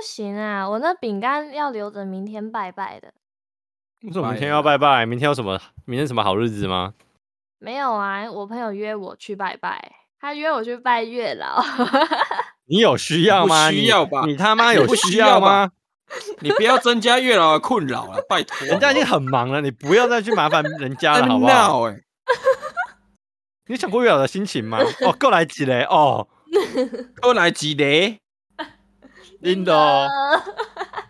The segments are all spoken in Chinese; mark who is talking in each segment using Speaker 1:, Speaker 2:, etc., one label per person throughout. Speaker 1: 行啊，我那饼干要留着明天拜拜的。
Speaker 2: 为什么
Speaker 3: 拜
Speaker 2: 明天要拜拜？明天有什么？明天什么好日子吗？
Speaker 1: 没有啊，我朋友约我去拜拜，他约我去拜月老。
Speaker 2: 你有需要吗？
Speaker 3: 不需
Speaker 2: 你
Speaker 3: 要吧
Speaker 2: 你他妈
Speaker 3: 你
Speaker 2: 有
Speaker 3: 不
Speaker 2: 需
Speaker 3: 需要
Speaker 2: 吗？
Speaker 3: 你不要增加月老的困扰 了，拜托。
Speaker 2: 人家已经欸很忙了，你不要再去麻烦人家了，好
Speaker 3: 很
Speaker 2: 不好？
Speaker 3: 闹哎，
Speaker 2: 你想过月老的心 情吗？哦，够来几嘞？哦，
Speaker 3: 多来几雷，
Speaker 2: 真的哦，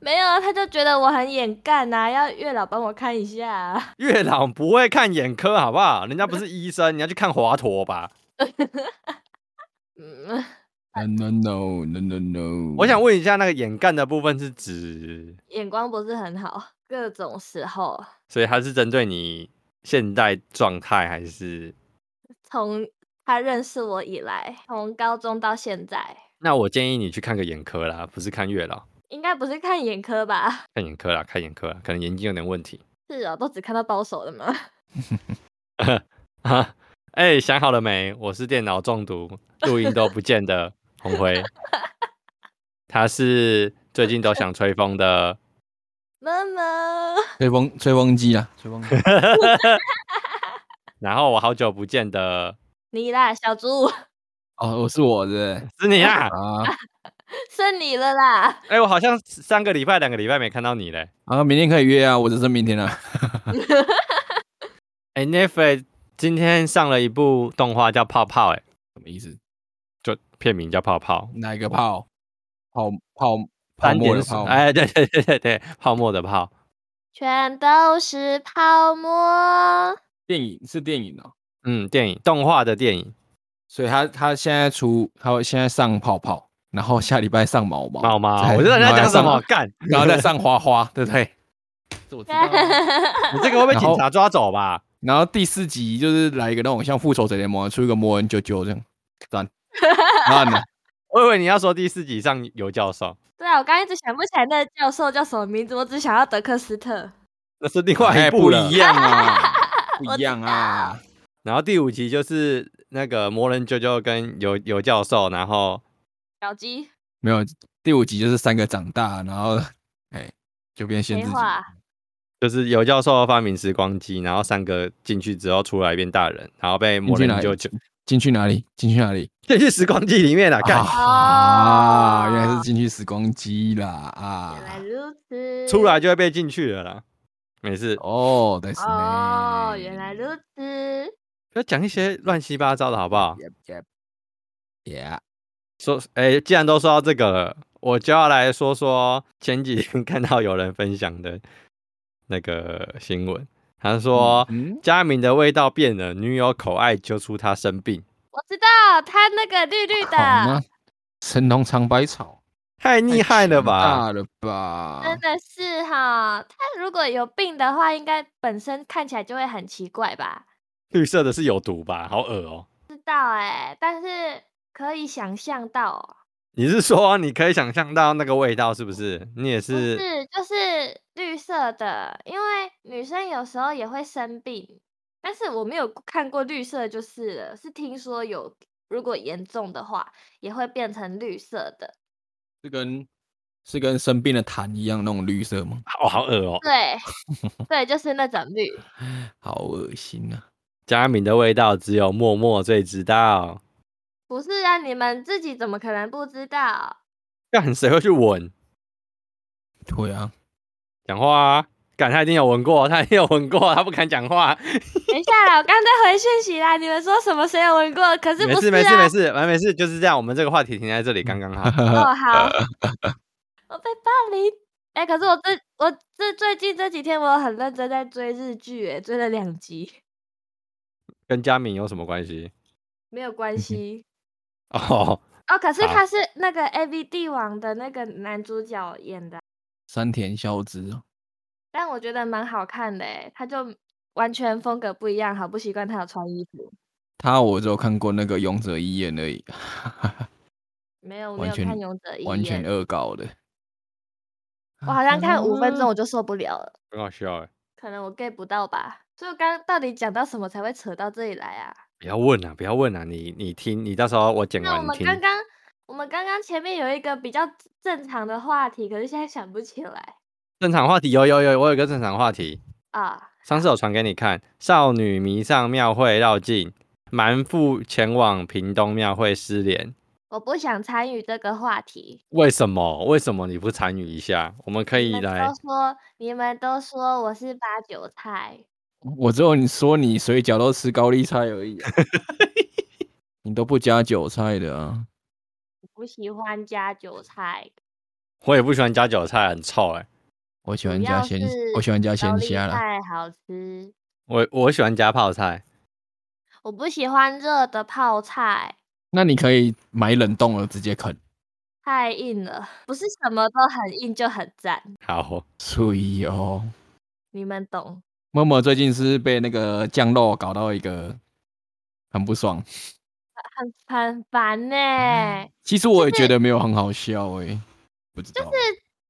Speaker 1: 没有，啊他就觉得我很眼干呐、要月老帮我看一下、啊
Speaker 2: 月老不会看眼科，好不好？人家不是医生，你要去看华佗吧。
Speaker 1: 嗯，
Speaker 3: No no no no no！
Speaker 2: 我想问一下，那个眼干的部分是指，
Speaker 1: 眼光不是很好，各种时候，
Speaker 2: 所以它是针对你现在状态，还是？
Speaker 1: 从他认识我以来，从高中到现在，
Speaker 2: 那我建议你去看个眼科啦，不是看月老，
Speaker 1: 应该不是看眼科吧？
Speaker 2: 看眼科啦，看眼科啦，可能眼睛有点问题
Speaker 1: 是哦，都只看到包手了吗？
Speaker 2: 啊。 哎、想好了没？我是电脑中毒，录音都不见的红辉，他是最近都想吹风的。
Speaker 1: 妈妈，
Speaker 3: 吹风吹风机啊，吹风 机。
Speaker 2: 然后我好久不见的
Speaker 1: 你啦，小猪，
Speaker 3: 哦，我是我的
Speaker 2: 是你啊！
Speaker 3: 啊
Speaker 1: 是你了啦！
Speaker 2: 哎、我好像三个礼拜、两个礼拜没看到你嘞。
Speaker 3: 啊，明天可以约啊，我只剩明天了。
Speaker 2: 哎、n e t f l i 今天上了一部动画叫《泡泡、哎，
Speaker 3: 什么意思？
Speaker 2: 就片名叫《泡泡
Speaker 3: 哪一个泡？泡泡》，泡
Speaker 2: 三
Speaker 3: 沫
Speaker 2: 点
Speaker 3: 的
Speaker 2: 水
Speaker 3: 泡？
Speaker 2: 哎，对对对对对，泡沫的泡。
Speaker 1: 全都是泡沫。
Speaker 3: 电影是电影哦，
Speaker 2: 嗯，电影动画的电影，
Speaker 3: 所以他他现在出，他会现在上泡泡，然后下礼拜上毛毛，
Speaker 2: 猫猫，
Speaker 3: 再
Speaker 2: 我知道你在讲什么，，干，
Speaker 3: 然后再上然后再上花花，对不对？这我知道啊。
Speaker 2: 你这个会被
Speaker 3: 然
Speaker 2: 警
Speaker 3: 后
Speaker 2: 察抓走吧？
Speaker 3: 然后第四集就是来一个那种像复仇者联盟，出一个魔人啾啾这样， 哎赞。那呢？
Speaker 2: 我以为你要说第四集上尤教授，
Speaker 1: 对啊，我刚刚一直想不起来那个教授叫什么名字，我只想要德克斯特。
Speaker 2: 那是另外
Speaker 3: 哎
Speaker 2: 一
Speaker 3: 不
Speaker 2: 部了
Speaker 3: 一。样 啊，不一样啊。
Speaker 2: 然后第五集就是那个魔人啾啾跟尤尤教授，然后
Speaker 1: 小鸡
Speaker 3: 没有，第五集就是三个长大，然后哎，就变限
Speaker 1: 没
Speaker 3: 制级。
Speaker 1: 话，
Speaker 2: 就是尤教授发明时光机，然后三个进去之后出来变大人，然后被魔人
Speaker 3: 进去
Speaker 2: 啾
Speaker 3: 哪
Speaker 2: 啾
Speaker 3: 进去哪里？进去哪里？
Speaker 2: 进去时光机里面了，干、
Speaker 3: 啊，原来是进去时光机啦
Speaker 1: 哦
Speaker 3: 啊
Speaker 1: 原！来如此。
Speaker 2: 出来就会被进去了啦。没事，
Speaker 3: 哦，但是呢
Speaker 1: 哦，原来如此。
Speaker 2: 不要讲一些乱七八糟的好不好？
Speaker 3: Yep, yep. Yeah，
Speaker 2: 说，哎、既然都说到这个了，我就要来说说前几天 看到有人分享的那个新闻，他说、
Speaker 3: 嗯，
Speaker 2: 佳明的味道变了，女友口爱揪出他生病，
Speaker 1: 我知道他那个绿绿
Speaker 3: 好吗
Speaker 1: 的，？
Speaker 3: 神农尝百草，
Speaker 2: 太厉害了吧？
Speaker 3: 太强大了吧？
Speaker 1: 真的是哈。他如果有病的话，应该本身看起来就会很奇怪吧？
Speaker 2: 绿色的是有毒吧？好恶哦、
Speaker 1: 知道哎、但是可以想象到哦，
Speaker 2: 你是说你可以想象到那个味道是不是？你也
Speaker 1: 不
Speaker 2: 是，
Speaker 1: 是就是绿色的，因为女生有时候也会生病，但是我没有看过绿色就是了，是听说有如果严重的话也会变成绿色的。
Speaker 3: 是跟是跟生病的痰一样那种绿色吗？
Speaker 2: 哦，好恶哦、
Speaker 1: 对，对，就是那种绿。
Speaker 3: 好恶心啊！
Speaker 2: 佳明的味道只有默默最知道，
Speaker 1: 不是啊，你们自己怎么可能不知道？
Speaker 2: 干谁会去闻？
Speaker 3: 对啊，
Speaker 2: 讲话啊！干他一定有闻过，他一定有闻过，他不敢讲话。
Speaker 1: 等一下啦，我刚才回讯息啦，你们说什么谁有闻过？可是
Speaker 2: 没
Speaker 1: 不
Speaker 2: 事
Speaker 1: 是
Speaker 2: 没事没
Speaker 1: 啊？
Speaker 2: 事，完没事就是这样。我们这个话题停在这里刚 刚好。
Speaker 1: 哦，好，我被霸凌。哎、可是我这我这最近这几天我有很认真在追日剧，哎，追了两集，
Speaker 2: 跟佳敏有什么关系？
Speaker 1: 没有
Speaker 3: 嗯
Speaker 1: 关系。
Speaker 2: 哦，
Speaker 1: 哦，可是
Speaker 2: 好
Speaker 1: 他是那个 A V 帝王的那个男主角演的，
Speaker 3: 山田孝之哦，
Speaker 1: 但我觉得蛮好看的，哎，他就完全风格不一样，好不习惯他有穿衣服。
Speaker 3: 他我只有看过那个勇者一眼而已，
Speaker 1: 没有，我没
Speaker 3: 完
Speaker 1: 有
Speaker 3: 全
Speaker 1: 看勇者一
Speaker 3: 完全
Speaker 1: 眼，
Speaker 3: 恶搞的。啊
Speaker 1: 我好像看五 分钟我就受不了了。
Speaker 2: 很好笑哎！
Speaker 1: 可能我 get 不到吧。所以我刚刚到底讲到什么才会扯到这里来啊？
Speaker 2: 不要问啊，不要问啊！你你听，你到时候我剪
Speaker 1: 那我
Speaker 2: 完你
Speaker 1: 们
Speaker 2: 听。
Speaker 1: 刚刚我们刚刚前面有一个比较正常的话题，可是现在想不起来
Speaker 2: 正常话题有有有，我有一个正常话题，
Speaker 1: 啊。
Speaker 2: 上次有传给你看，少女迷上庙会绕境，蛮妇前往屏东庙会失联，
Speaker 1: 我不想参与这个话题。
Speaker 2: 为什么？为什么你不参与一下？我们可以
Speaker 1: 你们
Speaker 2: 来
Speaker 1: 都说你们都说我是八九菜，
Speaker 3: 我只有你说你水饺都吃高丽菜 而已啊、你都不加韭菜的啊？
Speaker 1: 我不喜欢加韭菜，
Speaker 2: 我也不喜欢加韭菜，很臭哎、
Speaker 3: 我喜
Speaker 1: 主
Speaker 3: 欢加
Speaker 1: 要
Speaker 3: 鲜
Speaker 1: 是，
Speaker 3: 我喜欢加
Speaker 1: 高
Speaker 3: 鲜
Speaker 1: 丽
Speaker 3: 虾啦。
Speaker 1: 菜好吃。
Speaker 2: 我我喜欢加泡菜，
Speaker 1: 我不喜欢热的泡菜，
Speaker 3: 那你可以买冷冻了直接啃，
Speaker 1: 太硬了，不是什么都很硬就很赞，
Speaker 2: 好，
Speaker 3: 所以哦。
Speaker 1: 你们懂。
Speaker 3: 默默最近是被那个酱肉搞到一个很不爽，
Speaker 1: 很很烦呢、
Speaker 2: 啊
Speaker 3: 其实我也觉得没有很好笑诶、不知道。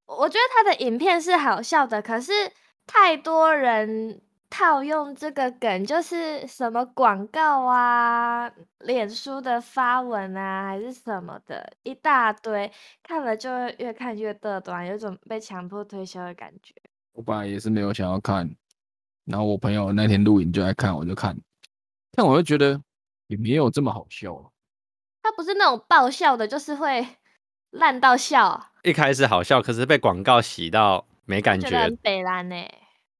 Speaker 1: 我觉得他的影片是好笑的，可是太多人套用这个梗，就是什么广告啊、脸书的发文啊，还是什么的，一大堆，看了就会越看越嘚端，有种被强迫推销的感觉。
Speaker 3: 我本来也是没有想要看，然后我朋友那天录影就在看，我就看，但我就觉得也没有这么好笑啊。
Speaker 1: 他不是那种爆笑的，就是会 烂到笑啊，
Speaker 2: 一开始好笑，可是被广告洗到没感
Speaker 1: 觉得
Speaker 2: 觉
Speaker 1: 很，北蓝欸呢、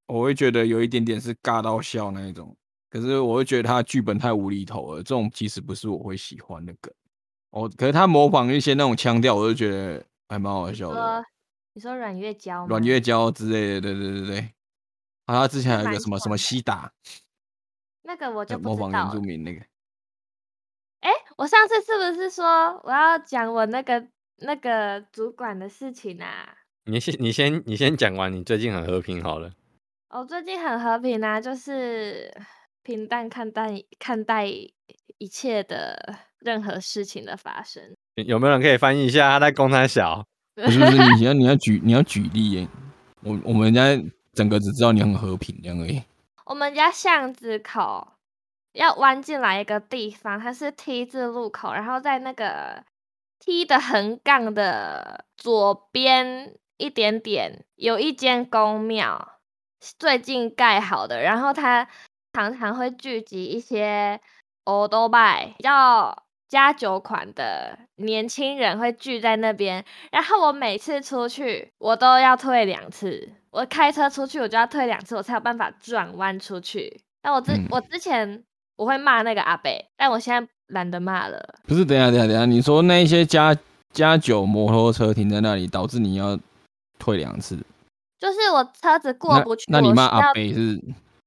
Speaker 3: 我会觉得有一点点是尬到笑那一种，可是我会觉得他的剧本太无厘头了，这种其实不是我会喜欢的梗。哦，可是他模仿一些那种腔调，我就觉得还蛮好笑的
Speaker 1: 说。你说阮月娇吗？
Speaker 3: 阮月娇之类的，对对对对。啊，他之前还有一个
Speaker 1: 蛮
Speaker 3: 什么什
Speaker 1: 像
Speaker 3: 么
Speaker 1: 的
Speaker 3: 西达，
Speaker 1: 那个我就不
Speaker 3: 呃模
Speaker 1: 知道
Speaker 3: 仿原
Speaker 1: 了
Speaker 3: 住。民 那个，
Speaker 1: 哎，我上次是不是说我要讲我那个那个主管的事情啊？
Speaker 2: 你先你先你先讲完，你最近很和平好了。
Speaker 1: 我、哦最近很和平啊，就是平淡看待看待一切的任何事情的发生。
Speaker 2: 有没有人可以翻译一下他在公他小？
Speaker 3: 不是不是，你要你要举你要举例耶。我我们家整个只知道你很和平这样而已。
Speaker 1: 我们家巷子口要弯进来一个地方，它是 T 字路口，然后在那个 T 的横杠的左边一点点有一间公庙，是最近盖好的，然后它常常会聚集一些 old boy 比较加酒款的年轻人会聚在那边，然后我每次出去，我都要退两次。我开车出去，我就要退两次，我才有办法转弯出去。但我之、
Speaker 3: 嗯
Speaker 1: 我之前我会骂那个阿北，但我现在懒得骂了。
Speaker 3: 不是，等一下等一下等一下，你说那一些加加九摩托车停在那里，导致你要退两次，
Speaker 1: 就是我车子过
Speaker 3: 那
Speaker 1: 不去，
Speaker 3: 那你
Speaker 1: 我
Speaker 3: 骂
Speaker 1: 需要
Speaker 3: 阿北是？，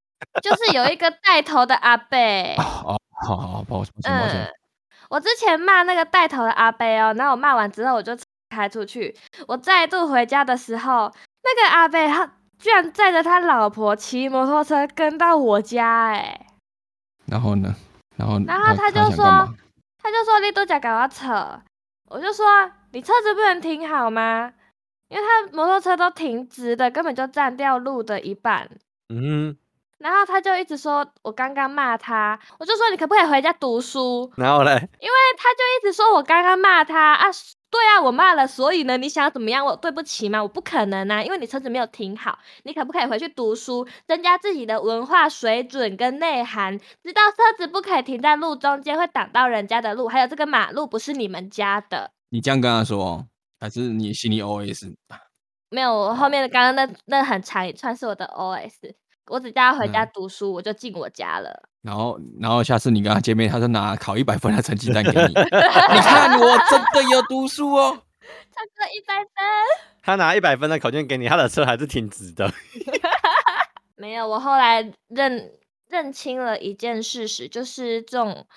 Speaker 1: 就是有一个带头的阿北
Speaker 3: 哦，好好好，抱歉抱歉
Speaker 1: 嗯
Speaker 3: 抱歉。，
Speaker 1: 我之前骂那个带头的阿贝哦，然后我骂完之后我就开出去。我再度回家的时候，那个阿贝他居然载着他老婆骑摩托车跟到我家、哎，
Speaker 3: 然后呢？然后
Speaker 1: 然后
Speaker 3: 他
Speaker 1: 他就
Speaker 3: 想干嘛
Speaker 1: 说，他就说你都在搞我扯，我就说你车子不能停好吗？因为他摩托车都停直的，根本就占掉路的一半。
Speaker 2: 嗯，
Speaker 1: 然后他就一直说我刚刚骂他，我就说你可不可以回家读书？
Speaker 2: 然后嘞，
Speaker 1: 他就一直说我刚刚骂他啊，对啊，我骂了，所以呢，你想要怎么样？我对不起吗？我不可能啊，因为你车子没有停好，你可不可以回去读书，增加自己的文化水准跟内涵？知道车子不可以停在路中间，会挡到人家的路，还有这个马路不是你们家的。
Speaker 3: 你这样跟他说哦，还是你心里 OS？
Speaker 1: 没有，我后面的刚刚那那很长一串是我的 OS，我只叫他回家
Speaker 3: 嗯
Speaker 1: 读书，我就进我家了。
Speaker 3: 然后，然后下次你跟他见面，他就拿考一百分的成绩单 给你。你看，我真的有读书哦。
Speaker 1: 唱歌一百分，
Speaker 2: 他拿一百分的考卷给你，他的车还是挺直的。
Speaker 1: 没有，我后来认认清了一件事实，就是这种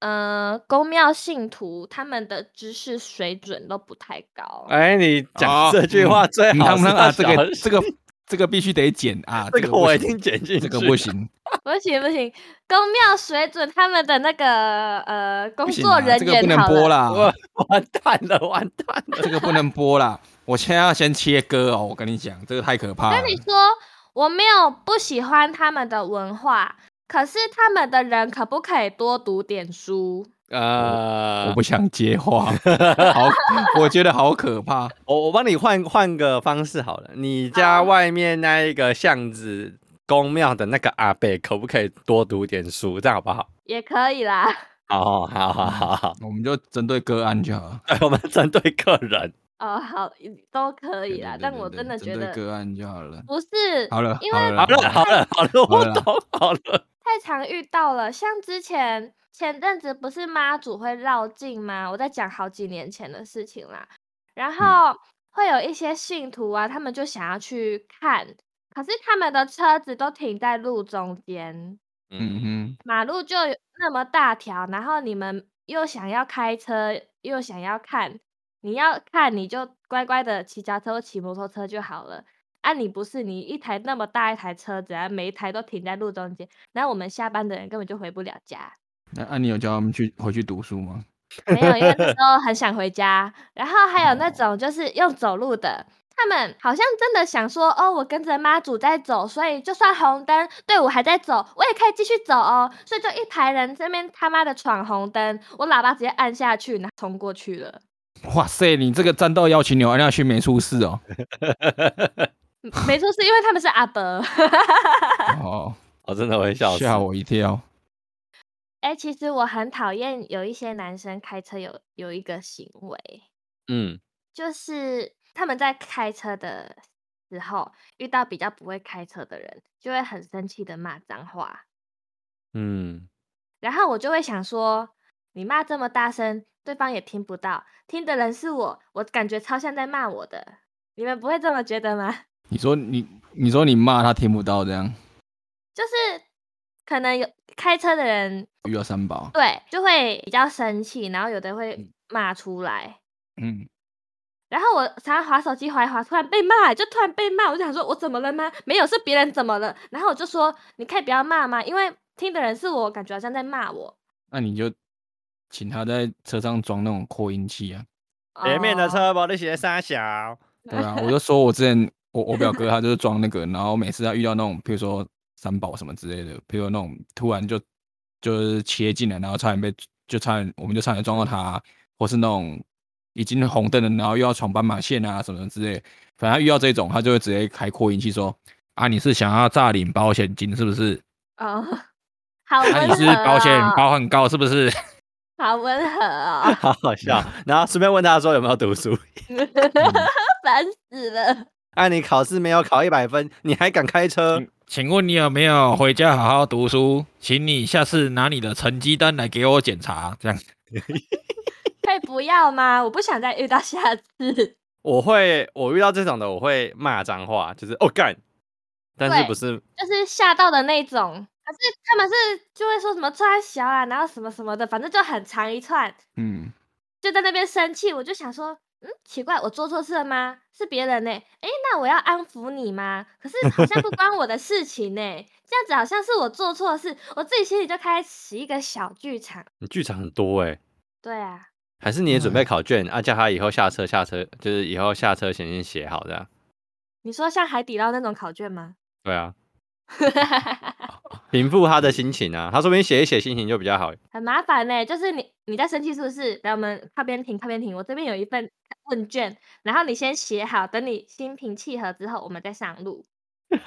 Speaker 1: 呃公庙信徒他们的知识水准都不太高。
Speaker 2: 哎，你
Speaker 3: 哦
Speaker 2: 讲这句话最
Speaker 3: 你
Speaker 2: 好
Speaker 3: 看
Speaker 2: 是
Speaker 3: 不看
Speaker 2: 要
Speaker 3: 啊？
Speaker 2: 小
Speaker 3: 这
Speaker 2: 心、
Speaker 3: 个这个这个必须得减 啊！
Speaker 2: 这
Speaker 3: 这
Speaker 2: 个我一
Speaker 3: 不行
Speaker 2: 定剪进去，
Speaker 3: 这个不行，
Speaker 1: 不行不行，公庙水准他们的那个呃工
Speaker 3: 不行
Speaker 1: 作
Speaker 3: 啊，
Speaker 1: 人
Speaker 3: 这个不
Speaker 1: 员
Speaker 3: 能
Speaker 1: 好了，
Speaker 3: 播啦
Speaker 2: 我，完蛋了，完蛋了。
Speaker 3: 这个不能播啦。我现在要先切割哦，我跟你讲，这个太可怕了
Speaker 1: 跟。你说我没有不喜欢他们的文化，可是他们的人可不可以多读点书？
Speaker 2: 呃，
Speaker 3: 我不想接 话，好，我觉得好可怕。
Speaker 2: 我我帮你换换个方式好了，你家
Speaker 1: 好
Speaker 2: 外面那一个巷子公庙的那个阿伯，可不可以多读点书？这样好不好？
Speaker 1: 也可以啦。
Speaker 2: 哦，好好好好，
Speaker 3: 我们就针对个案就好了。
Speaker 2: 对，我们针对个人，
Speaker 1: 哦，好，都可以啦。
Speaker 3: 对对
Speaker 1: 但
Speaker 3: 对
Speaker 1: 我
Speaker 3: 对
Speaker 1: 真的觉
Speaker 3: 针对
Speaker 1: 得
Speaker 3: 个案就好了。
Speaker 1: 不是，
Speaker 3: 好了，
Speaker 1: 因
Speaker 3: 好
Speaker 1: 为
Speaker 2: 好了好了好了，
Speaker 3: 好
Speaker 2: 我
Speaker 3: 了
Speaker 2: 懂好了，
Speaker 1: 太常遇到了。像之前前阵子不是妈祖会绕境吗？我在讲好几年前的事情啦。然后会有一些信徒啊，他们就想要去看，可是他们的车子都停在路中间，
Speaker 3: 嗯
Speaker 2: 嗯，
Speaker 3: 哼，
Speaker 1: 马路就有那么大条，然后你们又想要开车，又想要看，你要看你就乖乖的骑脚车或骑摩托车就好了。啊，你不是你一台那么大一台车子啊，每一台都停在路中间，然后我们下班的人根本就回不了家。
Speaker 3: 那啊那你有叫他们去回去读书吗？
Speaker 1: 没有，因为那时候很想回家。然后还有那种就是用走路的，他们好像真的想说，哦，我跟着妈祖在走，所以就算红灯对我还在走，我也可以继续走哦。所以就一排人这边他妈的闯红灯，我喇叭直接按下去，然后冲过去了。
Speaker 3: 哇塞，你这个战斗邀请钮按下去没出事 哦。
Speaker 1: 嗯没错，是因为他们是阿伯。
Speaker 3: 哦，
Speaker 2: 我真的会笑死
Speaker 3: 吓。我一跳。
Speaker 1: 哎、其实我很讨厌有一些男生开车有有一个行为，
Speaker 2: 嗯，
Speaker 1: 就是他们在开车的时候遇到比较不会开车的人，就会很生气的骂脏话，
Speaker 2: 嗯，
Speaker 1: 然后我就会想说，你骂这么大声，对方也听不到，听的人是我，我感觉超像在骂我的，你们不会这么觉得吗？
Speaker 3: 你说你，你说你骂他听不到，这样
Speaker 1: 就是可能有开车的人
Speaker 3: 遇到三宝。
Speaker 1: 对就会比较生气，然后有的会骂出来，
Speaker 3: 嗯，
Speaker 1: 然后我常常划手机划一划，突然被骂，就突然被骂，我就想说，我怎么了吗？没有，是别人怎么了？然后我就说，你可以不要骂吗？因为听的人是我，感觉好像在骂我。
Speaker 3: 那你就请他在车上装那种扩音器啊。
Speaker 2: 前面的
Speaker 1: 哦，
Speaker 2: 车把你鞋杀小，
Speaker 3: 对啊，我就说我之前我我表哥他就是装那个，然后每次他遇到那种，譬如说三宝什么之类的，譬如那种突然就就是切进来，然后差点被就差点我们就差点撞到他，啊或是那种已经红灯了，然后又要闯斑马线啊什么之类的，反正他遇到这种，他就会直接开扩音器说啊你是想要诈领保险金是不是？
Speaker 1: 哦，好温和、
Speaker 3: 啊
Speaker 1: 哦，
Speaker 3: 你是保险包很高是不是？
Speaker 1: 好温和哦，
Speaker 2: 好好笑。嗯然后顺便问他说有没有读书？
Speaker 3: 嗯
Speaker 1: 烦死了。
Speaker 2: 啊，你考试没有考一百分，你还敢开车？
Speaker 3: 请问你有没有回家好好读书？请你下次拿你的成绩单来给我检查，这样。
Speaker 1: 可以不要吗？我不想再遇到下次。
Speaker 2: 我会，我遇到这种的，我会骂脏话，就是哦干，但是
Speaker 1: 对
Speaker 2: 不是
Speaker 1: 就是吓到的那种。可是他们是就会说什么穿小啊，然后什么什么的，反正就很长一串，
Speaker 3: 嗯，
Speaker 1: 就在那边生气。我就想说，嗯，奇怪，我做错事了吗？是别人呢、诶，那我要安抚你吗？可是好像不关我的事情呢、这样子好像是我做错事，我自己心里就开始一个小剧场。
Speaker 2: 你剧场很多哎、
Speaker 1: 对啊，
Speaker 2: 还是你也准备
Speaker 3: 嗯
Speaker 2: 考卷、啊？叫他以后下车下车，就是以后下车前先写好这样。
Speaker 1: 你说像海底捞那种考卷吗？
Speaker 2: 对啊，平复他的心情啊，他说不定写一写心情就比较好。
Speaker 1: 很麻烦呢、就是你你在生气是不是？来，我们靠边停，靠边停。我这边有一份问卷，然后你先写好，等你心平气和之后，我们再上路。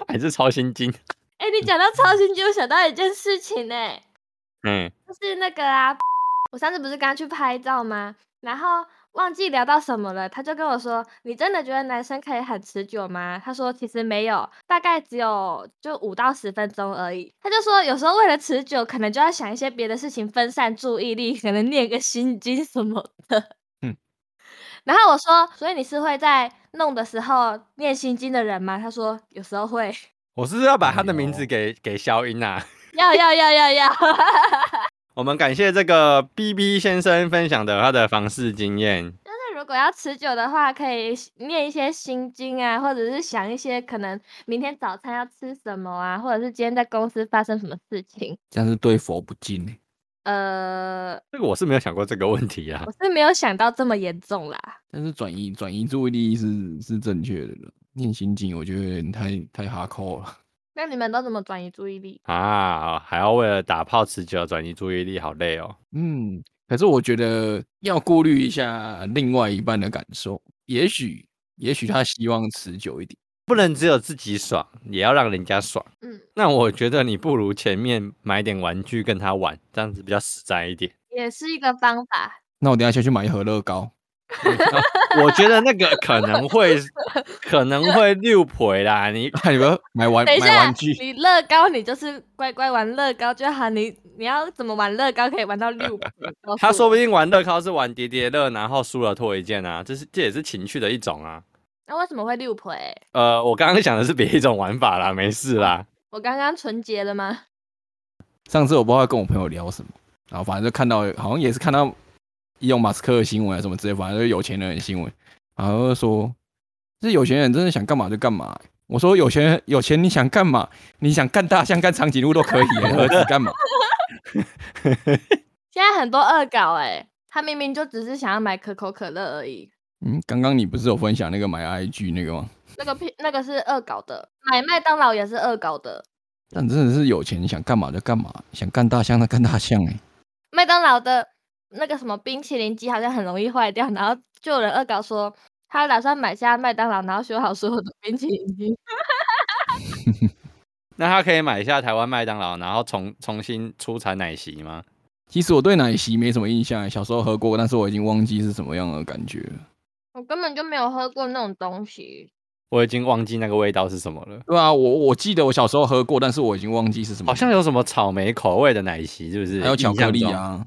Speaker 2: 还是超心经，
Speaker 1: 哎、你讲到超心机，我想到一件事情呢、
Speaker 2: 嗯，
Speaker 1: 就是那个啊，我上次不是刚去拍照吗？然后忘记聊到什么了，他就跟我说：“你真的觉得男生可以很持久吗？”他说：“其实没有，大概只有就五到十分钟而已。”他就说：“有时候为了持久，可能就要想一些别的事情分散注意力，可能念个心经什么的。”
Speaker 3: 嗯。
Speaker 1: 然后我说：“所以你是会在弄的时候念心经的人吗？”他说：“有时候会，
Speaker 2: 我是不是要把他的名
Speaker 3: 哎
Speaker 2: 字
Speaker 3: 呦
Speaker 2: 给给消音啊？
Speaker 1: 要要要要要。
Speaker 2: 我们感谢这个 B B 先生分享的他的房事经验。
Speaker 1: 那如果要持久的话，可以念一些心经啊，或者是想一些可能明天早餐要吃什么啊，或者是今天在公司发生什么事情。
Speaker 3: 这样是对佛不敬欸
Speaker 1: 呃，
Speaker 2: 这个我是没有想过这个问题 啊
Speaker 1: 我。是没有想到这么严重啦。
Speaker 3: 但是转移转移注意力是是正确的了。念心经，我觉得有点太太哈扣了。
Speaker 1: 那你们都怎么转移注意力？
Speaker 2: 啊，还要为了打炮持久转移注意力，好累哦。
Speaker 3: 嗯，可是我觉得要顾虑一下另外一半的感受，也许也许他希望持久一点。
Speaker 2: 不能只有自己爽，也要让人家爽。
Speaker 1: 嗯，
Speaker 2: 那我觉得你不如前面买点玩具跟他玩，这样子比较实在 一点。
Speaker 1: 也是一个方法。
Speaker 3: 那我等一下先去买一盒乐高。
Speaker 2: 我觉得那个可能会可能会 六赔啦，你
Speaker 3: 看你们买玩
Speaker 1: 等
Speaker 3: 买
Speaker 1: 一下
Speaker 3: 玩具，，
Speaker 1: 你乐高你就是乖乖玩乐高就好，你你要怎么玩乐高可以玩到 六。
Speaker 2: 他说不定玩乐高是玩叠叠乐，然后输了脱一件啊，这是这也是情趣的一种啊。
Speaker 1: 那为什么会六陪？
Speaker 2: 呃，我刚刚想的是别一种玩法啦，没事啦。
Speaker 1: 我刚刚纯洁了吗？
Speaker 3: 上次我不知道跟我朋友聊什么，然后反正就看到好像也是看到伊隆马斯克的新闻啊还是什么之类，反正就是有钱人的新闻，然后就说这有钱人真的想干嘛就干嘛。我说有钱人有钱你想干嘛？你想干大象干长颈鹿都可以，何止干嘛？
Speaker 1: 现在很多恶搞哎、他明明就只是想要买可口可乐而已，
Speaker 3: 嗯，刚刚你不是有分享那个买 IG 那个吗？
Speaker 1: 那个屁那个是恶搞的，买麦当劳也是恶搞的，
Speaker 3: 但真的是有钱，你想干嘛就干嘛，想干大象那干大象哎、
Speaker 1: 麦当劳的那个什么冰淇淋机好像很容易坏掉，然后就有人恶搞说他打算买下麦当劳，然后修好所有的冰淇淋机。
Speaker 2: 那他可以买一下台湾麦当劳，然后重重新出产奶昔吗？
Speaker 3: 其实我对奶昔没什么印象、欸，小时候喝过，但是我已经忘记是什么样的感觉了。
Speaker 1: 我根本就没有喝过那种东西，
Speaker 2: 我已经忘记那个味道是什么了，
Speaker 3: 对啊，我我记得我小时候喝过，但是我已经忘记是什么。
Speaker 2: 好像有什么草莓口味的奶昔，是不是？
Speaker 3: 还有巧克力
Speaker 2: 印象中！
Speaker 3: 啊。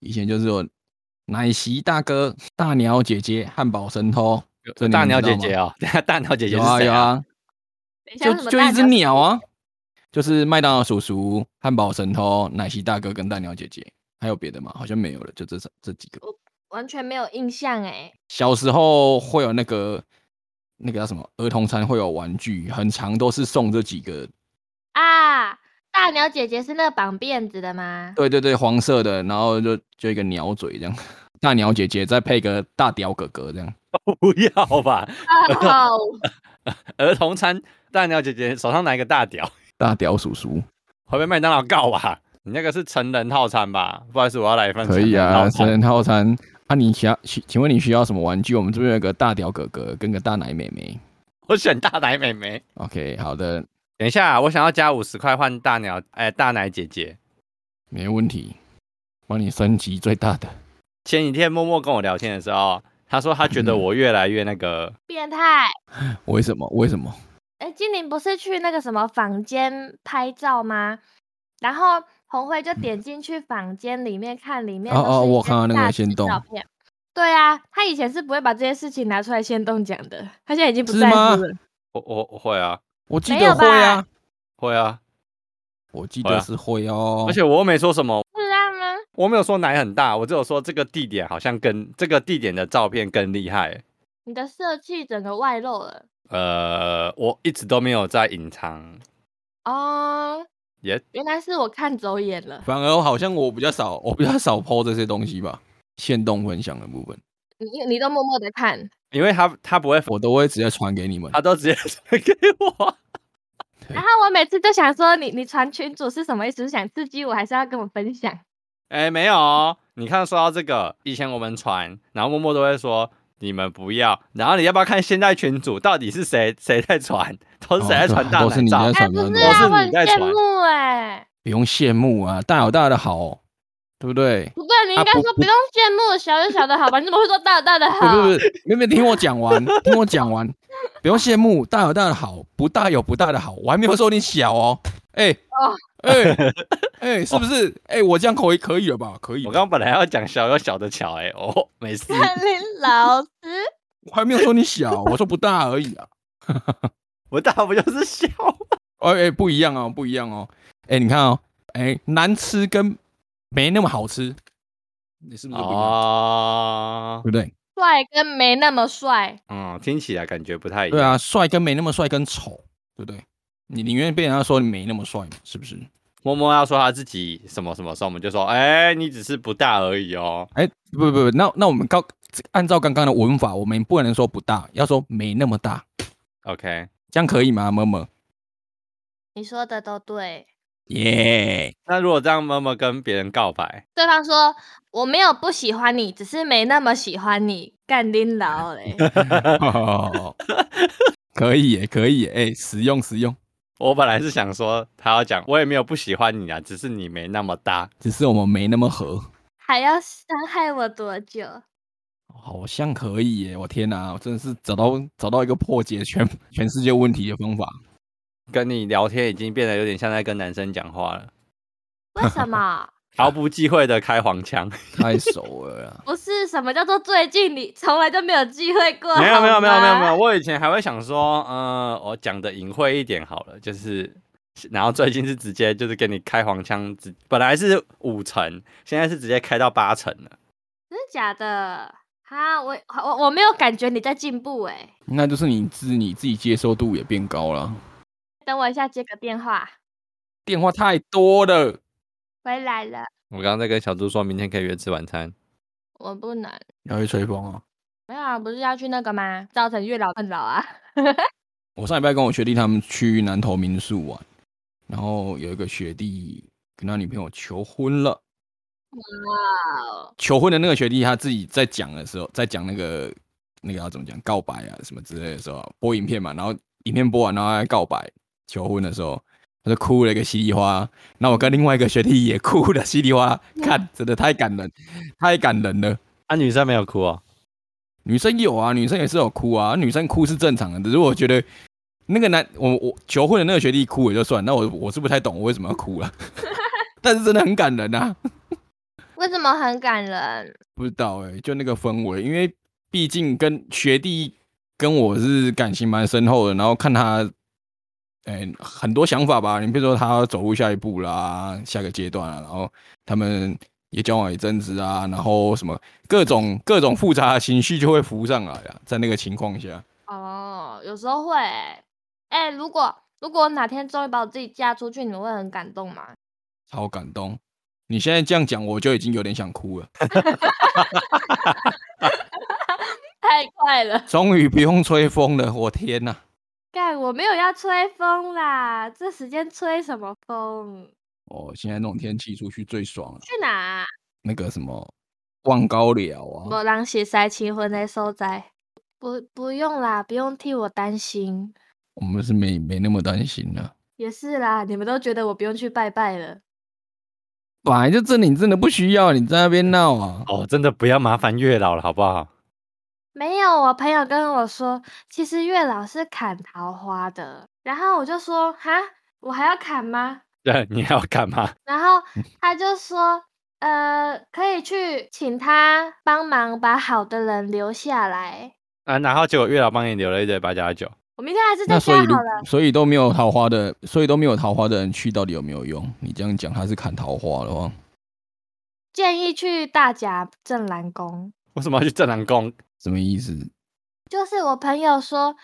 Speaker 3: 以前就是有奶昔大哥、大鸟姐姐、汉堡神偷，这你
Speaker 2: 大
Speaker 3: 们
Speaker 2: 鸟
Speaker 3: 知道
Speaker 2: 姐姐
Speaker 3: 吗
Speaker 2: 哦，等下 大鸟姐姐
Speaker 3: 有
Speaker 2: 是
Speaker 3: 啊
Speaker 2: 谁
Speaker 3: 有？啊，
Speaker 1: 等一下
Speaker 3: 就
Speaker 1: 什么
Speaker 3: 就
Speaker 1: 大
Speaker 3: 一只
Speaker 1: 鸟
Speaker 3: 鸟啊，就是麦当劳叔叔、汉堡神偷、奶昔大哥跟大鸟姐姐，还有别的吗？好像没有了，就这三这几个。
Speaker 1: 完全没有印象哎、
Speaker 3: 小时候会有那个那个叫什么儿童餐会有玩具，很长都是送这几个，
Speaker 1: 啊！大鸟姐姐是那个绑辫子的 吗？
Speaker 3: 对对对，黄色的，然后就就一个鸟嘴这样， 大鸟姐姐再配个大屌哥哥这样。
Speaker 2: 不要吧，
Speaker 1: 哦，
Speaker 2: 儿童餐大鸟姐姐手上拿一个大屌，
Speaker 3: 大屌叔叔
Speaker 2: 会被麦当劳告吧？你那个是成人套餐吧？不好意思，我要来一份
Speaker 3: 可
Speaker 2: 成
Speaker 3: 以
Speaker 2: 人
Speaker 3: 啊，
Speaker 2: 套
Speaker 3: 成
Speaker 2: 餐
Speaker 3: 人套餐啊，你需要请请问你需要什么玩具？我们这边有个大屌哥哥跟个大奶妹妹。
Speaker 2: 我选大奶妹妹。
Speaker 3: OK，好的，
Speaker 2: 等一下，我想要加五十块换大鸟，哎，大奶姐姐。
Speaker 3: 没问题，帮你升级最大的。
Speaker 2: 前几天默默跟我聊天的时候，他说他觉得我越来越那个，
Speaker 1: 变态！
Speaker 3: 为什么？为什么？
Speaker 1: 哎，精灵不是去那个什么房间拍照吗？然后红辉就点进去房间里面看，里面
Speaker 3: 哦
Speaker 1: 都
Speaker 3: 哦
Speaker 1: 是一
Speaker 3: 我
Speaker 1: 些
Speaker 3: 看到那个
Speaker 1: 大
Speaker 3: 限
Speaker 1: 只照
Speaker 3: 动
Speaker 1: 片。对啊，他以前是不会把这些事情拿出来先动讲的，他现在已经不
Speaker 3: 是
Speaker 1: 在乎
Speaker 3: 吗
Speaker 1: 了。
Speaker 2: 我我我会啊
Speaker 3: 我记
Speaker 1: 没有
Speaker 3: 得会啊，
Speaker 2: 会啊，
Speaker 3: 我记
Speaker 2: 会
Speaker 3: 得
Speaker 2: 啊
Speaker 3: 是会哦。
Speaker 2: 而且我又没说什么，
Speaker 1: 是啊吗？
Speaker 2: 我没有说奶很大，我只有说这个地点好像跟这个地点的照片更厉害。
Speaker 1: 你的色气整个外露了
Speaker 2: 呃，我一直都没有在隐藏，
Speaker 1: 哦。
Speaker 2: 也
Speaker 1: 原来是我看走眼了。
Speaker 3: 反而好像我比较少，我比较少 PO 这些东西吧，限动分享的部分，
Speaker 1: 你你都默默的看，
Speaker 2: 因为他他不会，
Speaker 3: 我都会直接传给你们。
Speaker 2: 他都直接传给我。
Speaker 1: 然后我每次就想说你，你传群主是什么意思？是想刺激我，还是要跟我分享？
Speaker 2: 哎，没有哦、你看说到这个，以前我们传，然后默默都会说你们不要，然后你要不要看现在群主到底是谁谁在传，都是谁在
Speaker 3: 哦对啊
Speaker 2: 传大
Speaker 3: 都是
Speaker 2: 奶
Speaker 3: 你
Speaker 2: 照？
Speaker 3: 在
Speaker 1: 哎、
Speaker 3: 传
Speaker 1: 不
Speaker 3: 大
Speaker 1: 是
Speaker 3: 奶
Speaker 1: 啊，
Speaker 2: 照
Speaker 1: 我很
Speaker 2: 都是你在
Speaker 1: 羡
Speaker 2: 传
Speaker 1: 慕哎、
Speaker 3: 不用羡慕啊，大有大的好，对不对？
Speaker 1: 不对，你
Speaker 3: 啊
Speaker 1: 应该
Speaker 3: 不
Speaker 1: 说
Speaker 3: 不
Speaker 1: 不用羡慕，小有小的好吧？你怎么会说大有大 的
Speaker 3: 不
Speaker 1: 好？
Speaker 2: 嗯
Speaker 3: 不不，没有没有听我讲完，听我讲完，不用羡慕，大有大的好，不大有不大的好，我还没有说你小哦，哎、
Speaker 1: 哦
Speaker 3: 哎哎，是不是？哎、我这样可以可以了吧？可以吧，
Speaker 2: 我刚刚本来要讲小有小的巧、哎，哦，没 事。
Speaker 1: 林老师，
Speaker 3: 我还没有说你小，我说不大而已啊，
Speaker 2: 我大不就是笑吗？
Speaker 3: 哎、哎、不一样哦，不一样哦，哎、你看哦，哎、难吃跟没那么好吃， 你是不是不一样？
Speaker 2: 哦哎
Speaker 3: 对，不对？
Speaker 1: 帅跟没那么帅，
Speaker 2: 嗯，听起来感觉不太一样。
Speaker 3: 对啊，帅跟没那么帅跟丑，对不对？你宁愿被人家说你没那么帅嘛，是不是？
Speaker 2: 默默要说他自己什么什么时候，我们就说，哎、你只是不大而已哦。
Speaker 3: 哎、不不不，那那我们刚这按照刚刚的文法，我们不能说不大，要说没那么大，
Speaker 2: OK，
Speaker 3: 这样可以吗？么么，
Speaker 1: 你说的都对。
Speaker 3: 耶、
Speaker 2: 那如果这样，默默跟别人告白，
Speaker 1: 对方说我没有不喜欢你，只是没那么喜欢你，干丁劳 嘞。
Speaker 3: 哦，可以耶，可以耶，哎、实用实用。
Speaker 2: 我本来是想说他要讲，我也没有不喜欢你啊，只是你没那么搭，
Speaker 3: 只是我们没那么合，
Speaker 1: 还要伤害我多久？
Speaker 3: 好像可以耶！我天哪，我真的是找到找到一个破解全全世界问题的方法。
Speaker 2: 跟你聊天已经变得有点像在跟男生讲话了，
Speaker 1: 为什么？
Speaker 2: 毫不忌讳的开黄 腔。
Speaker 3: 太熟了啊啦
Speaker 1: 不是什么叫做最近你从来就没有机会过？
Speaker 2: 没有没有
Speaker 1: 好
Speaker 2: 没有没有
Speaker 1: 吗
Speaker 2: 没有，我以前还会想说，呃，我讲的隐晦一点好了，就是，然后最近是直接就是给你开黄腔，直本来是五成，现在是直接开到八成了。
Speaker 1: 真的假的？哈，我我我没有感觉你在进步哎、
Speaker 3: 那就是你自你自己接受度也变高了。啊
Speaker 1: 等我一下接个电话，
Speaker 3: 电话太多了，
Speaker 1: 回来了，
Speaker 2: 我刚刚在跟小猪说明天可以约吃晚餐，
Speaker 1: 我不能。
Speaker 3: 要去吹风啊！
Speaker 1: 没有啊，不是要去那个吗？造成月老困扰啊。
Speaker 3: 我上礼拜跟我学弟他们去南投民宿玩，然后有一个学弟跟他女朋友求婚了。
Speaker 1: 哦，
Speaker 3: 求婚的那个学弟他自己在讲的时候，在讲那个那个要怎么讲告白啊什么之类的时候，播影片嘛，然后影片播完，然后他在告白求婚的时候，他就哭了一个稀里哗啦。那我跟另外一个学弟也哭的稀里哗啦，看真的太感人，太感人了。
Speaker 2: 啊，女生没有哭哦，
Speaker 3: 女生有啊，女生也是有哭啊，女生哭是正常的。只是我觉得那个男，我我求婚的那个学弟哭也就算，那我我是不太懂我为什么要哭了、但是真的很感人啊。
Speaker 1: 为什么很感人？
Speaker 3: 不知道哎、就那个氛围，因为毕竟跟学弟跟我是感情蛮深厚的，然后看他，哎、很多想法吧。你比如说他走入下一步啦，下个阶段啊，然后他们也交往一阵子啊，然后什么各种各种复杂的情绪就会浮上来啊，在那个情况下，
Speaker 1: 哦，有时候会、欸。哎、如果如果我哪天终于把我自己嫁出去，你们会很感动吗？
Speaker 3: 超感动。你现在这样讲，我就已经有点想哭了。
Speaker 1: 太快了！
Speaker 3: 终于不用吹风了，我天呐、
Speaker 1: 干，我没有要吹风啦，这时间吹什么风？
Speaker 3: 哦，现在那种天气出去最爽了。
Speaker 1: 去哪、啊？
Speaker 3: 那个什么望高寮啊，
Speaker 1: 无人熟悉情婚的所在。不，不用啦，不用替我担心。
Speaker 3: 我们是没没那么担心了。
Speaker 1: 也是啦，你们都觉得我不用去拜拜了。
Speaker 3: 本来就这里真的不需要你在那边闹啊。
Speaker 2: 哦，真的不要麻烦月老了，好不好？
Speaker 1: 没有，我朋友跟我说，其实月老是砍桃花的。然后我就说，哈，我还要砍吗？
Speaker 2: 对，你要干嘛？
Speaker 1: 然后
Speaker 3: 嗯
Speaker 1: 他就说，呃，可以去请他帮忙把好的人留下来。
Speaker 2: 啊，然后结果月老帮你留了一堆八加九，
Speaker 1: 我明天还是在
Speaker 3: 那所以
Speaker 1: 家
Speaker 3: 如
Speaker 1: 好了。
Speaker 3: 所以都没有桃花的，所以都没有桃花的人去到底有没有用？你这样讲他是砍桃花哦的话，
Speaker 1: 建议去大甲镇澜宫。
Speaker 2: 为什么要去正南宫？
Speaker 3: 什么意思？
Speaker 1: 就是我朋友说，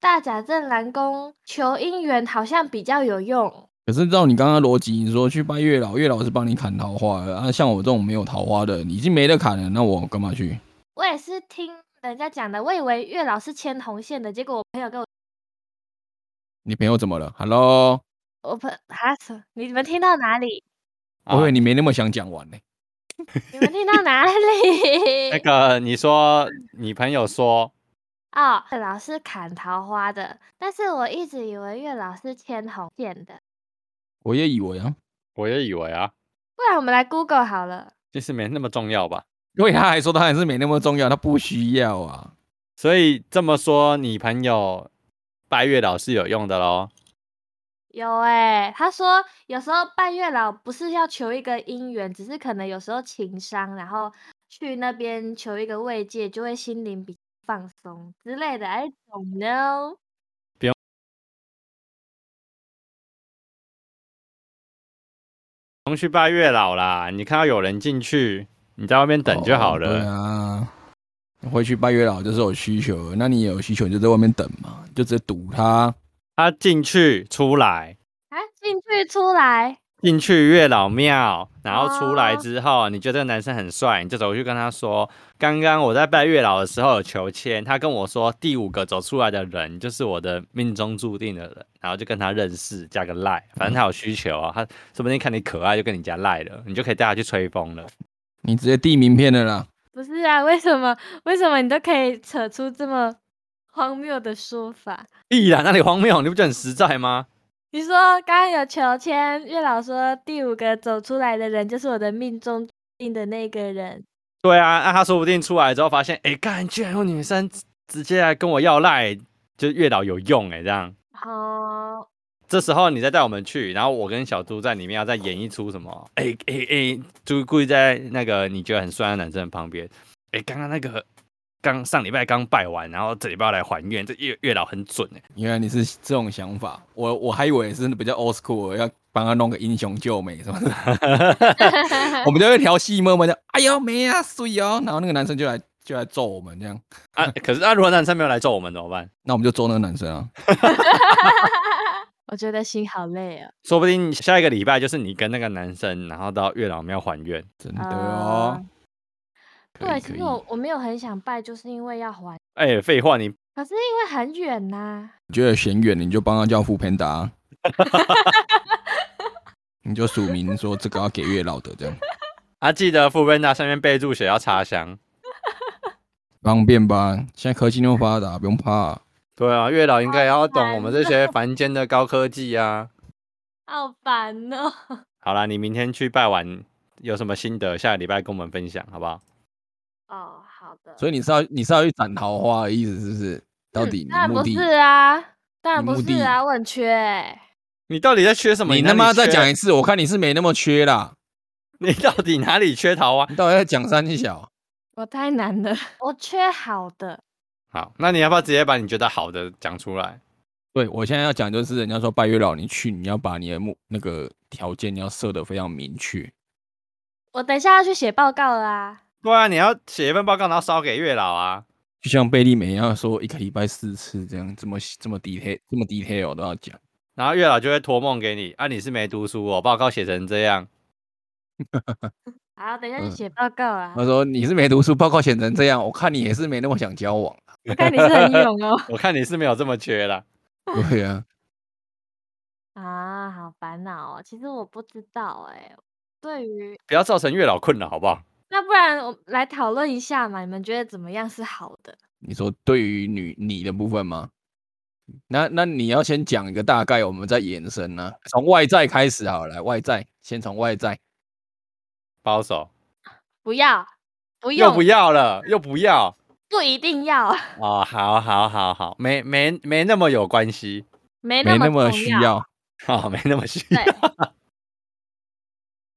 Speaker 1: 大甲镇澜宫求姻缘好像比较有用。
Speaker 3: 可是照你刚刚逻辑，你说去拜月老，月老是帮你砍桃花的啊。像我这种没有桃花的，已经没得砍了，那我干嘛去？
Speaker 1: 我也是听人家讲的，我以为月老是牵红线的，结果我朋友跟我，
Speaker 3: 你朋友怎么了？Hello，
Speaker 1: 我朋哈什么？你们听到哪里？
Speaker 3: 我以为你没那么想讲完呢、
Speaker 1: 你们听到哪里？
Speaker 2: 那个你说你朋友说
Speaker 1: 哦，月老是砍桃花的，但是我一直以为月老是牵红线的。
Speaker 3: 我也以为啊，
Speaker 2: 我也以为啊，
Speaker 1: 不然我们来 Google 好了。
Speaker 2: 其实没那么重要吧。
Speaker 3: 因为啊他还说他还是没那么重要，他不需要啊。
Speaker 2: 所以这么说，你朋友拜月老是有用的喽？
Speaker 1: 有哎、他说有时候拜月老不是要求一个姻缘，只是可能有时候情商，然后去那边求一个慰藉，就会心灵比较放松之类的。I don't know。
Speaker 2: 不用去拜月老啦，你看到有人进去，你在外面等就好
Speaker 3: 哦对
Speaker 2: 了。
Speaker 3: 啊，回去拜月老就是有需求，那你也有需求，你就在外面等嘛，就直接堵他。
Speaker 2: 他进去出来，
Speaker 1: 啊，进去出来，
Speaker 2: 进去月老庙，然后出来
Speaker 1: 哦
Speaker 2: 之后，你觉得这个男生很帅，你就走过去跟他说：“刚刚我在拜月老的时候有求签，他跟我说第五个走出来的人就是我的命中注定的人。”然后就跟他认识，加个赖，反正他有需求啊，他说不定看你可爱就跟你加赖了，你就可以带他去吹风了。
Speaker 3: 你直接递名片了啦。
Speaker 1: 不是啊，为什么为什么你都可以扯出这么荒谬的说法？
Speaker 2: 必然，那你荒谬，你不觉得很实在吗？
Speaker 1: 你说刚刚有求签，月老说第五个走出来的人就是我的命中注定的那个人，
Speaker 2: 对啊，那他说不定出来之后发现，哎、干，居然有女生直直接来跟我要赖，就月老有用哎、这样。
Speaker 1: 哦，
Speaker 2: 这时候你再带我们去，然后我跟小猪在里面要再演一出什么？哎哎哎，就故意在那个你觉得很帅的男生旁边，哎，刚刚那个刚上礼拜刚拜完，然后这礼拜要来还愿，这月月老很准哎、
Speaker 3: 原来你是这种想法，我我还以为是比较 old school，要帮他弄个英雄救美什么 的。我们就会调戏摸摸的，哎呦没啊，水哦。然后那个男生就来就来揍我们这样，
Speaker 2: 啊！ 可是啊，如果男生没有来揍我们怎么办？
Speaker 3: 那我们就揍那个男生啊。
Speaker 1: 我觉得心好累哦。
Speaker 2: 说不定下一个礼拜就是你跟那个男生，然后到月老庙还愿。
Speaker 3: 真的
Speaker 1: 啊
Speaker 3: 哦，可以
Speaker 1: 嗯对，
Speaker 3: 可
Speaker 1: 其
Speaker 3: 以
Speaker 1: 实我我没有很想拜，就是因为要还，
Speaker 2: 哎、废话，你
Speaker 1: 可是因为很远呐、
Speaker 3: 你觉得嫌远，你就帮他叫副偏 达，啊你就署名说这个要给月老的这样，
Speaker 2: 啊，记得副班大上面备注写要插香。
Speaker 3: 方便吧？现在科技那么发达，不用怕、
Speaker 2: 对啊，月老应该也要懂
Speaker 1: 好
Speaker 2: 我们
Speaker 1: 烦
Speaker 2: 这些凡间的高科技啊。
Speaker 1: 好烦哦。
Speaker 2: 好啦，你明天去拜完有什么心得，下个礼拜跟我们分享，好不好？
Speaker 1: 哦，好的。
Speaker 3: 所以你是要你是要去斩桃花的意思是不是？到底你
Speaker 1: 嗯当然
Speaker 3: 目
Speaker 1: 不
Speaker 3: 的？
Speaker 1: 是啊，当然
Speaker 3: 你
Speaker 1: 不
Speaker 3: 目
Speaker 1: 是
Speaker 3: 的
Speaker 1: 啊，我很缺、欸。
Speaker 2: 你到底在缺什么？
Speaker 3: 你
Speaker 2: 哪
Speaker 3: 他
Speaker 2: 里
Speaker 3: 妈再
Speaker 2: 缺
Speaker 3: 讲，一次，我看你是没那么缺啦。
Speaker 2: 你到底哪里缺桃花？
Speaker 3: 你到底在讲三小？
Speaker 1: 我太难了， 我缺好的。
Speaker 2: 好，那你要不要直接把你觉得好的讲出来？
Speaker 3: 对我现在要讲就是，人家说拜月老你去，你要把你的目那个条件你要设得非常明确。
Speaker 1: 我等一下要去写报告啦。
Speaker 2: 对啊，你要写一份报告，然后烧给月老啊。
Speaker 3: 就像贝利美要说一个礼拜四次这样，这么这么 detail 这么 detail 都要讲。
Speaker 2: 然后月老就会托梦给你啊，你是没读书哦，报告写成这样，
Speaker 1: 好，等一下去
Speaker 3: 嗯
Speaker 1: 写报告啦。
Speaker 3: 他说你是没读书，报告写成这样，我看你也是没那么想交往。
Speaker 1: 我 看你是很勇哦。
Speaker 2: 我看你是没有这么缺啦。
Speaker 3: 对啊，
Speaker 1: 啊，好烦恼哦。其实我不知道哎、对于
Speaker 2: 不要造成月老困扰，好不好？
Speaker 1: 那不然我们来讨论一下嘛，你们觉得怎么样是好的？
Speaker 3: 你说对于女你的部分吗？那那你要先讲一个大概，我们再延伸呢、从外在开始好了，来外在先从外在。
Speaker 2: 保守
Speaker 1: 不要，不
Speaker 2: 又
Speaker 1: 用，
Speaker 2: 不要了，又不要
Speaker 1: 不一定要，
Speaker 2: 哦，好好好好，没没没那么有关系
Speaker 1: 没
Speaker 3: 没那么
Speaker 1: 重
Speaker 3: 需要，
Speaker 2: 哦，没那么需
Speaker 1: 对
Speaker 2: 要。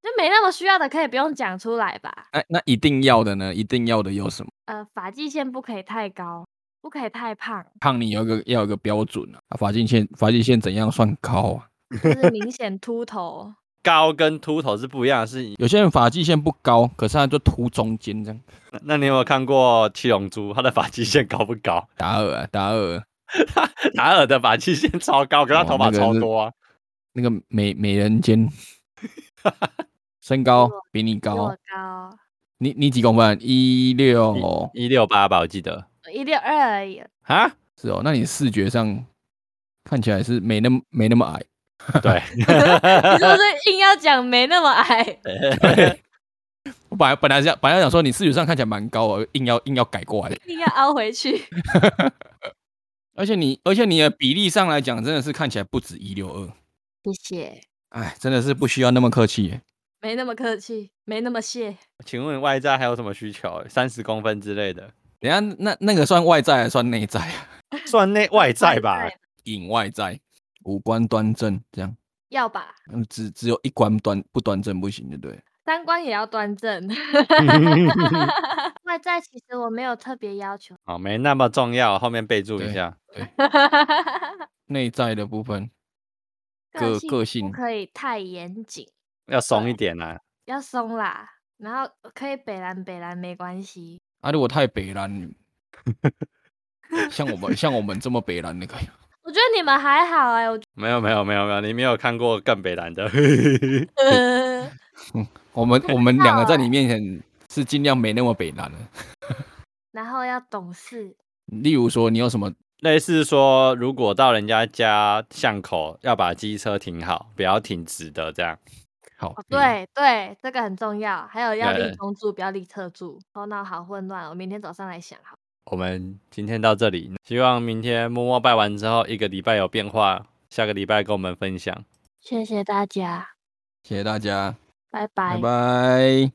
Speaker 1: 就没那么需要的，可以不用讲出来吧？
Speaker 3: 那那一定要的呢？一定要的有什么？
Speaker 1: 呃，发际线不可以太高，不可以太胖，
Speaker 3: 胖你有一个要有一个标准啊，啊发际线发际线怎样算高啊？
Speaker 1: 就是明显秃头。
Speaker 2: 高跟秃头是不一样的事情。
Speaker 3: 有些人发际线不高，可是他就凸中间这样。
Speaker 2: 那那你有没有看过《七龙珠》？它的发际线高不高？
Speaker 3: 达尔啊，达尔，
Speaker 2: 达尔的发际线超高，可是他
Speaker 3: 哦
Speaker 2: 头发
Speaker 3: 那个
Speaker 2: 超
Speaker 3: 是
Speaker 2: 多啊。
Speaker 3: 那个美美人 尖，身高比你
Speaker 1: 比
Speaker 3: 高
Speaker 1: 我，高，
Speaker 3: 你你几公分？一六
Speaker 2: 一六八吧，我记得
Speaker 1: 一六二而已。
Speaker 2: 啊，
Speaker 3: 是哦，那你视觉上看起来是没那么没那么矮，
Speaker 2: 对，
Speaker 1: 你是不是硬要讲没那么矮？
Speaker 3: 我本来本来想本来想说你视觉上看起来蛮高啊，硬要硬要改过来，
Speaker 1: 硬要凹回去？
Speaker 3: 而且你而且你的比例上来讲，真的是看起来不止一六二，
Speaker 1: 谢谢，
Speaker 3: 哎，真的是不需要那么客气耶。
Speaker 1: 没那么客气，没那么谢。
Speaker 2: 请问外在还有什么需求？三十公分之类的，
Speaker 3: 等一下那那个算外在还是算内在啊？
Speaker 2: 算内外在吧
Speaker 1: 外。
Speaker 3: 引外在，五官端正这样，
Speaker 1: 要吧，
Speaker 3: 嗯，只只有一关端不端正不行，对不对了？
Speaker 1: 三观也要端正。 外在其实我没有特别要 求。
Speaker 2: 好，没那么重要，后面备注一
Speaker 3: 对
Speaker 2: 下。
Speaker 3: 内在的部分，个
Speaker 1: 性
Speaker 3: 个
Speaker 1: 不
Speaker 3: 性
Speaker 1: 可以太严谨，
Speaker 2: 要松一点啊啦、
Speaker 1: 要松啦。然后可以北蓝北蓝没关系，
Speaker 3: 啊，如果太北蓝，像我们像我们这么北蓝的可以吗，
Speaker 1: 我觉得你们还好哎、我觉
Speaker 2: 没有没有没有没有，你没有看过更北蓝的，
Speaker 1: 得
Speaker 3: 我们我们两个在
Speaker 1: 欸
Speaker 3: 你面前是尽量没那么北南的。
Speaker 1: 然后要懂事，
Speaker 3: 例如说，你有什么
Speaker 2: 类似说，如果到人家家巷口，要把机车停好，不要停直的这样。
Speaker 3: 好
Speaker 1: 哦，
Speaker 3: 比如
Speaker 1: 对对，这个很重要。还有要立
Speaker 2: 对
Speaker 1: 中柱，不要立侧柱。头脑好混乱，我明天早上来想好。
Speaker 2: 我们今天到这里，希望明天默默拜完之后，一个礼拜有变化，下个礼拜跟我们分享。
Speaker 1: 谢谢大家，
Speaker 3: 谢谢大家，
Speaker 1: 拜拜。
Speaker 3: 拜拜